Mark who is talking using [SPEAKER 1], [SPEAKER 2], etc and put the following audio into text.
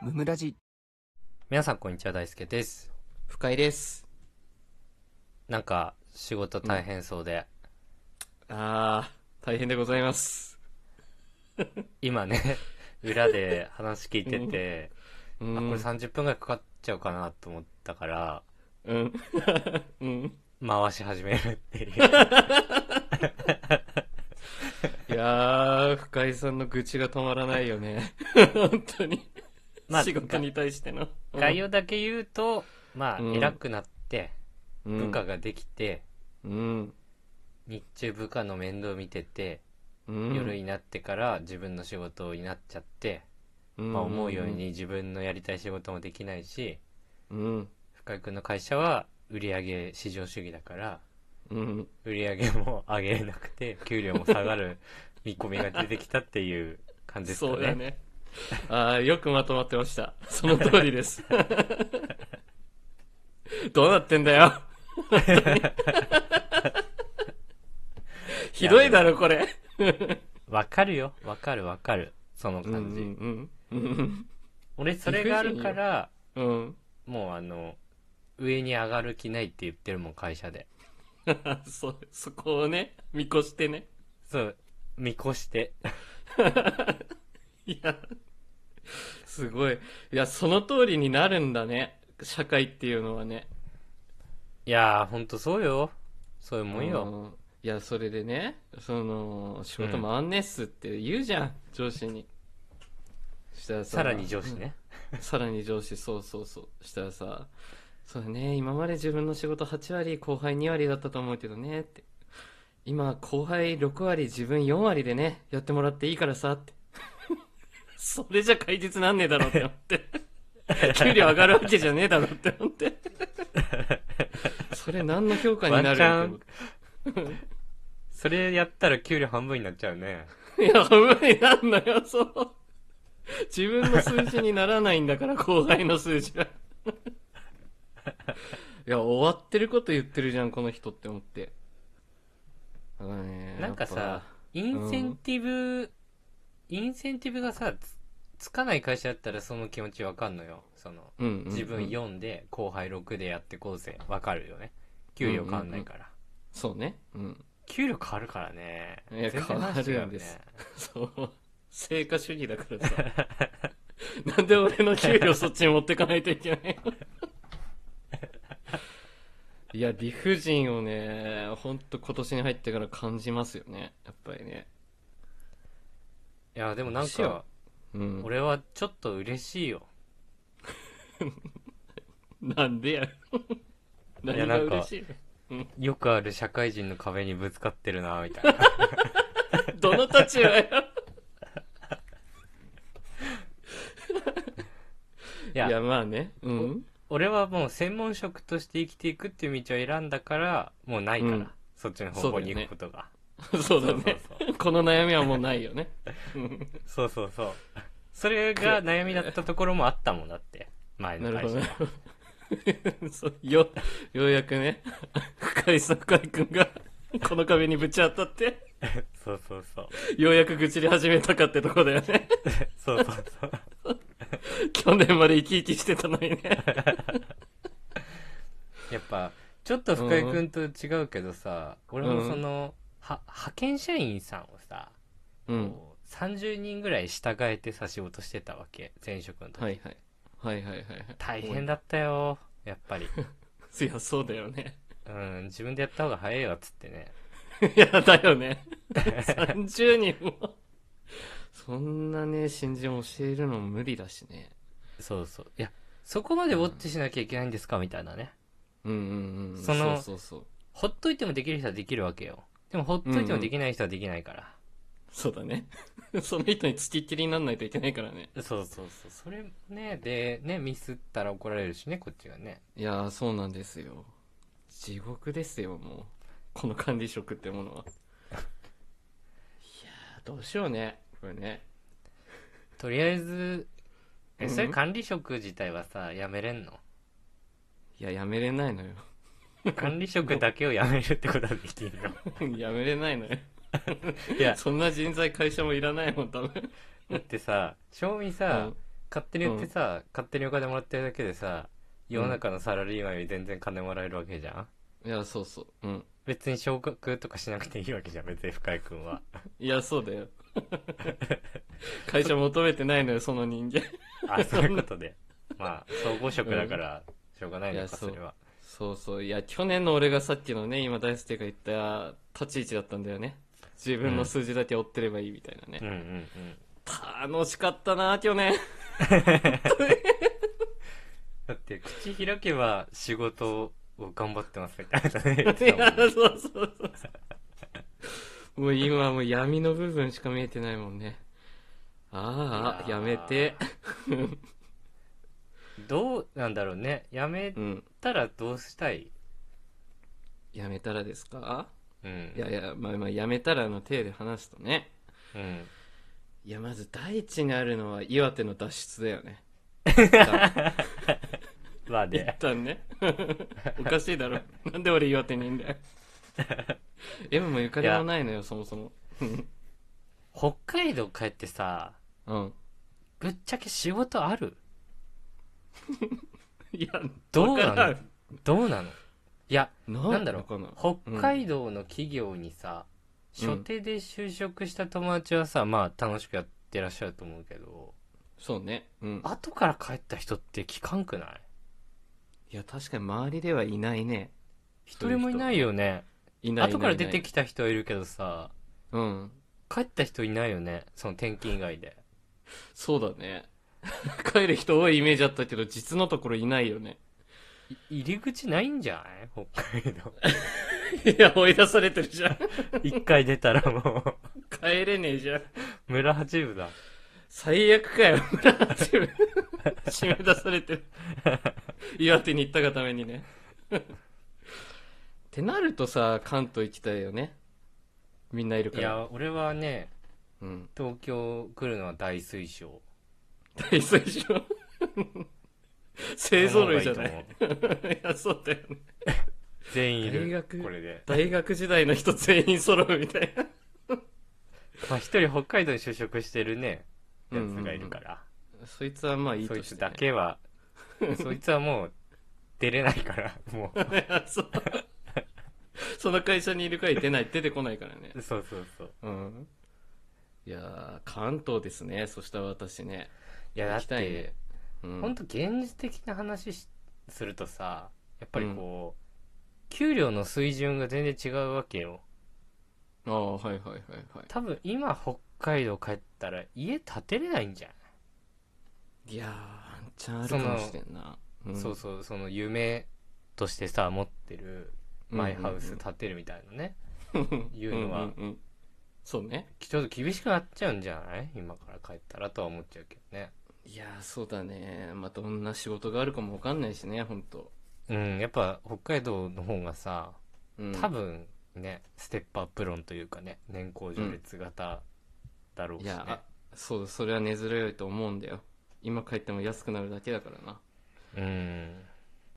[SPEAKER 1] ムムラジ
[SPEAKER 2] 皆さんこんにちは大輔です
[SPEAKER 1] 深井です
[SPEAKER 2] なんか仕事大変そうで、
[SPEAKER 1] あー大変でございます
[SPEAKER 2] 今 ね裏で話聞いてて、
[SPEAKER 1] う
[SPEAKER 2] あ
[SPEAKER 1] ん
[SPEAKER 2] これ30分ぐらいかかっちゃうかなと思ったから
[SPEAKER 1] うん うん
[SPEAKER 2] 回し始めるっていう
[SPEAKER 1] いやー深井さんの愚痴が止まらないよね 本当に、
[SPEAKER 2] まあ
[SPEAKER 1] 仕事に対しての
[SPEAKER 2] 概要だけ言うとまあ
[SPEAKER 1] うん
[SPEAKER 2] 偉くなって
[SPEAKER 1] うん
[SPEAKER 2] 部下ができて、
[SPEAKER 1] うん
[SPEAKER 2] 日中部下の面倒見てて、
[SPEAKER 1] うん
[SPEAKER 2] 夜になってから自分の仕事になっちゃって、
[SPEAKER 1] うん
[SPEAKER 2] まあ、思うように自分のやりたい仕事もできないし
[SPEAKER 1] うん
[SPEAKER 2] 深井君の会社は売り上げ至上主義だから
[SPEAKER 1] うん
[SPEAKER 2] 売り上げも上げれなくて給料も下がる見込みが出てきたっていう感じですかね
[SPEAKER 1] そうだねあーよくまとまってましたその通りです どうなってんだよ ひどいだろこれ
[SPEAKER 2] わかるよわかるわかるその感じ、
[SPEAKER 1] うんうん
[SPEAKER 2] 俺それがあるから
[SPEAKER 1] うんうん
[SPEAKER 2] もうあの上に上がる気ないって言ってるもん会社で
[SPEAKER 1] そそこをね見越してね
[SPEAKER 2] そう見越して
[SPEAKER 1] いやすごいいやその通りになるんだね社会っていうのはね
[SPEAKER 2] いやーほんとそうよそういうもんよ
[SPEAKER 1] うんいやそれでねその仕事回んねっすって言うじゃん、上司にしたら
[SPEAKER 2] さらに上司ね、
[SPEAKER 1] さらに上司そうそうそうしたらさそうね今まで自分の仕事8割後輩2割だったと思うけどねって今後輩6割自分4割でねやってもらっていいからさって それじゃ解決なんねえだろうって思って 給料上がるわけじゃねえだろうって思ってそれ何の評価になるって
[SPEAKER 2] ワン
[SPEAKER 1] 思って
[SPEAKER 2] それやったら給料半分になっちゃうね
[SPEAKER 1] いや、無理なんだよ、そう。自分の数字にならないんだから、後輩の数字は。いや、終わってること言ってるじゃん、この人って思って。だからね
[SPEAKER 2] なんか
[SPEAKER 1] や
[SPEAKER 2] さ
[SPEAKER 1] っぱ
[SPEAKER 2] インセンティブ、インセンティブがさつつかない会社だったらその気持ちわかんのよその
[SPEAKER 1] うんうんうん
[SPEAKER 2] 自分4で後輩6でやってこうぜわかるよね給料変わんないから、
[SPEAKER 1] そうね。うん。
[SPEAKER 2] 給料変わるからね
[SPEAKER 1] いや
[SPEAKER 2] 全然話違う
[SPEAKER 1] 変わ
[SPEAKER 2] よ
[SPEAKER 1] るん
[SPEAKER 2] ね
[SPEAKER 1] ですそう。成果主義だからさ。なんで俺の給料そっちに持ってかないといけないのいや、理不尽をね、ほんと今年に入ってから感じますよね。やっぱりね。
[SPEAKER 2] いやでもなん
[SPEAKER 1] しよ
[SPEAKER 2] か
[SPEAKER 1] うん。
[SPEAKER 2] 俺はちょっと嬉しいよ
[SPEAKER 1] なんでや。何が嬉しい
[SPEAKER 2] よくある社会人の壁にぶつかってるなみたい な
[SPEAKER 1] どの立場よ。
[SPEAKER 2] いや
[SPEAKER 1] いや、まあね。うん。
[SPEAKER 2] 俺はもう専門職として生きていくっていう道を選んだからもうないから、
[SPEAKER 1] うん
[SPEAKER 2] そっちの方向に行くことが
[SPEAKER 1] そうだね。
[SPEAKER 2] そうそうそう
[SPEAKER 1] この悩みはもうないよね。うん
[SPEAKER 2] そうそうそう。それが悩みだったところもあったもんだって。前
[SPEAKER 1] な
[SPEAKER 2] の
[SPEAKER 1] る
[SPEAKER 2] 会
[SPEAKER 1] ほ
[SPEAKER 2] 社
[SPEAKER 1] ど。ね。 そうよ、ようやくね、 深井さん、深井くんが、この壁にぶち当たって、
[SPEAKER 2] そうそうそう。
[SPEAKER 1] ようやく愚痴り始めたかってとこだよね。
[SPEAKER 2] そうそうそう。
[SPEAKER 1] 去年まで生き生きしてたのにね。
[SPEAKER 2] やっぱ、ちょっと深井くんと違うけどさ、俺もその、は、派遣社員さんをさ、
[SPEAKER 1] うん。
[SPEAKER 2] こう30人ぐらい従えてさ、仕事してたわけ。前職の時。
[SPEAKER 1] はいはい。はいはいはいはい。
[SPEAKER 2] 大変だったよ。やっぱ り。
[SPEAKER 1] いや、そうだよね。
[SPEAKER 2] うん、自分でやった方が早いわ、つってね。
[SPEAKER 1] いや、だよね。30人も。 そんなね、新人教えるの無理だしね。
[SPEAKER 2] そうそう。いや、そこまでウォッチしなきゃいけないんですかみたいなね。
[SPEAKER 1] うんうんうん。
[SPEAKER 2] その
[SPEAKER 1] そうそうそう。
[SPEAKER 2] ほっといてもできる人はできるわけよ。でも、ほっといてもできない人はできないから。
[SPEAKER 1] そうだね。 その人につきっきりにならないといけないからね。
[SPEAKER 2] そうそうそうそれねでねミスったら怒られるしねこっちがね
[SPEAKER 1] いやーそうなんですよ地獄ですよもうこの管理職ってものはいやーどうしようねこれね
[SPEAKER 2] とりあえずえ
[SPEAKER 1] うん
[SPEAKER 2] それ管理職自体はさやめれんの
[SPEAKER 1] いややめれないのよ
[SPEAKER 2] 管理職だけをやめるってことはできる
[SPEAKER 1] やめれないのよ
[SPEAKER 2] のいや
[SPEAKER 1] そんな人材会社もいらないもん多分
[SPEAKER 2] だってさ正味さ、
[SPEAKER 1] うん
[SPEAKER 2] 勝手に売ってさ、勝手にお金もらってるだけでさ世の中のサラリーマンより全然金もらえるわけじゃん、
[SPEAKER 1] いや、そうそう。うん。
[SPEAKER 2] 別に昇格とかしなくていいわけじゃん別に深井君は
[SPEAKER 1] いや、そうだよ。 会社求めてないのよ、その人間。
[SPEAKER 2] あそういうことでまあ総合職だからしょうがない
[SPEAKER 1] い
[SPEAKER 2] の
[SPEAKER 1] や
[SPEAKER 2] か
[SPEAKER 1] そ
[SPEAKER 2] そうれは
[SPEAKER 1] そうそう。いや、去年の俺がさっきのね、今大輔が言った立ち位置だったんだよね。自分の数字だけ追ってればいいみたいなね。
[SPEAKER 2] うんうんうん
[SPEAKER 1] 楽しかったな、去年。
[SPEAKER 2] だって口開けば仕事を頑張ってますみたいなね言っ
[SPEAKER 1] い
[SPEAKER 2] てた
[SPEAKER 1] や
[SPEAKER 2] もんね
[SPEAKER 1] そうそうそうそう。もう今はもう闇の部分しか見えてないもんね。ああ、
[SPEAKER 2] いや
[SPEAKER 1] や
[SPEAKER 2] ー
[SPEAKER 1] めて。
[SPEAKER 2] どうなんだろうねやめ
[SPEAKER 1] うん。
[SPEAKER 2] たらどうしたい
[SPEAKER 1] やめたらですか
[SPEAKER 2] うん
[SPEAKER 1] いやいや、まあまあ、やめたらの体で話すとね。
[SPEAKER 2] うん
[SPEAKER 1] いや、まず第一にあるのは岩手の脱出だよね。
[SPEAKER 2] まあ
[SPEAKER 1] 一
[SPEAKER 2] ね
[SPEAKER 1] 旦ね。おかしいだろ。なんで俺岩手にいんだよ。M もゆかりもないのよ、そもそも。
[SPEAKER 2] 北海道帰ってさ
[SPEAKER 1] うん。
[SPEAKER 2] ぶっちゃけ仕事ある
[SPEAKER 1] いや、
[SPEAKER 2] どうな
[SPEAKER 1] わから
[SPEAKER 2] の
[SPEAKER 1] ん
[SPEAKER 2] どうなのいやなんだろう
[SPEAKER 1] かな
[SPEAKER 2] 北海道の企業にさ、
[SPEAKER 1] うん
[SPEAKER 2] 所定で就職した友達はさまあ楽しくやってらっしゃると思うけど
[SPEAKER 1] そうね。うん。
[SPEAKER 2] 後から帰った人って聞かんくない
[SPEAKER 1] いや、確かに周りではいないね。
[SPEAKER 2] 一人もいないよね
[SPEAKER 1] いない。
[SPEAKER 2] 後から出て
[SPEAKER 1] き
[SPEAKER 2] きた人はいるけどさ
[SPEAKER 1] うん。
[SPEAKER 2] 帰った人いないよねその転勤以外で
[SPEAKER 1] そうだね。 帰る人多いイメージあったけど、実のところいないよね。
[SPEAKER 2] い入り口ないんじゃない北海道
[SPEAKER 1] いや、追い出されてるじゃん。
[SPEAKER 2] 一回出たらもう
[SPEAKER 1] 帰れねえじゃん。
[SPEAKER 2] 村八分だ
[SPEAKER 1] 最悪かよ、 村八分。締め出されて る。岩手に行ったがために ね。ってなるとさ、関東行きたいよね。みんないるか
[SPEAKER 2] い
[SPEAKER 1] ら。
[SPEAKER 2] や俺はね
[SPEAKER 1] うん。
[SPEAKER 2] 東京来るのは大推奨
[SPEAKER 1] 大最初。 勢ぞろいじゃない。
[SPEAKER 2] その方がいいと思う
[SPEAKER 1] いや、そうだよね。
[SPEAKER 2] 全員い
[SPEAKER 1] 大
[SPEAKER 2] る
[SPEAKER 1] 学
[SPEAKER 2] これで
[SPEAKER 1] 大学時代の人全員揃うみたいな。
[SPEAKER 2] まあ一人北海道に就職してるねやつがいるから、
[SPEAKER 1] そいつはまあいい
[SPEAKER 2] そ
[SPEAKER 1] と
[SPEAKER 2] い
[SPEAKER 1] して、
[SPEAKER 2] つ
[SPEAKER 1] ね。
[SPEAKER 2] だけ はそいつはもう出れないからもう
[SPEAKER 1] いや そう。その会社にいる限り出ない、出てこないからね。
[SPEAKER 2] そうそうそう
[SPEAKER 1] うん。いやー、関東ですね。そしたら私ね。
[SPEAKER 2] いやだ
[SPEAKER 1] 行
[SPEAKER 2] っ
[SPEAKER 1] き
[SPEAKER 2] て、
[SPEAKER 1] たいね。うん。
[SPEAKER 2] ほんと現実的な話しするとさやっぱりこう、給料の水準が全然違うわけよ
[SPEAKER 1] ああ、はいはいはいは
[SPEAKER 2] 多分今北海道帰ったら家建てれないんじゃん、
[SPEAKER 1] い。いやー、ワンチャンあるかもしれんな。ん
[SPEAKER 2] そうそうその夢としてさ持ってるマイハウス建てるみたいなね、言うのは。
[SPEAKER 1] んんんんんんそうね。
[SPEAKER 2] ちょっと厳しくなっちゃうんじゃない今から帰ったらとは思っちゃうけどね
[SPEAKER 1] いやー、そうだね。まあ、どんな仕事があるかもわかんないしね、ほんと。
[SPEAKER 2] うんやっぱ北海道の方がさ
[SPEAKER 1] うん
[SPEAKER 2] 多分ね、ステップアップ論というかね年功序列型だろうし
[SPEAKER 1] い
[SPEAKER 2] ね、
[SPEAKER 1] や、あそう、それは根強いと思うんだよ。今帰っても安くなるだけだからな。
[SPEAKER 2] うん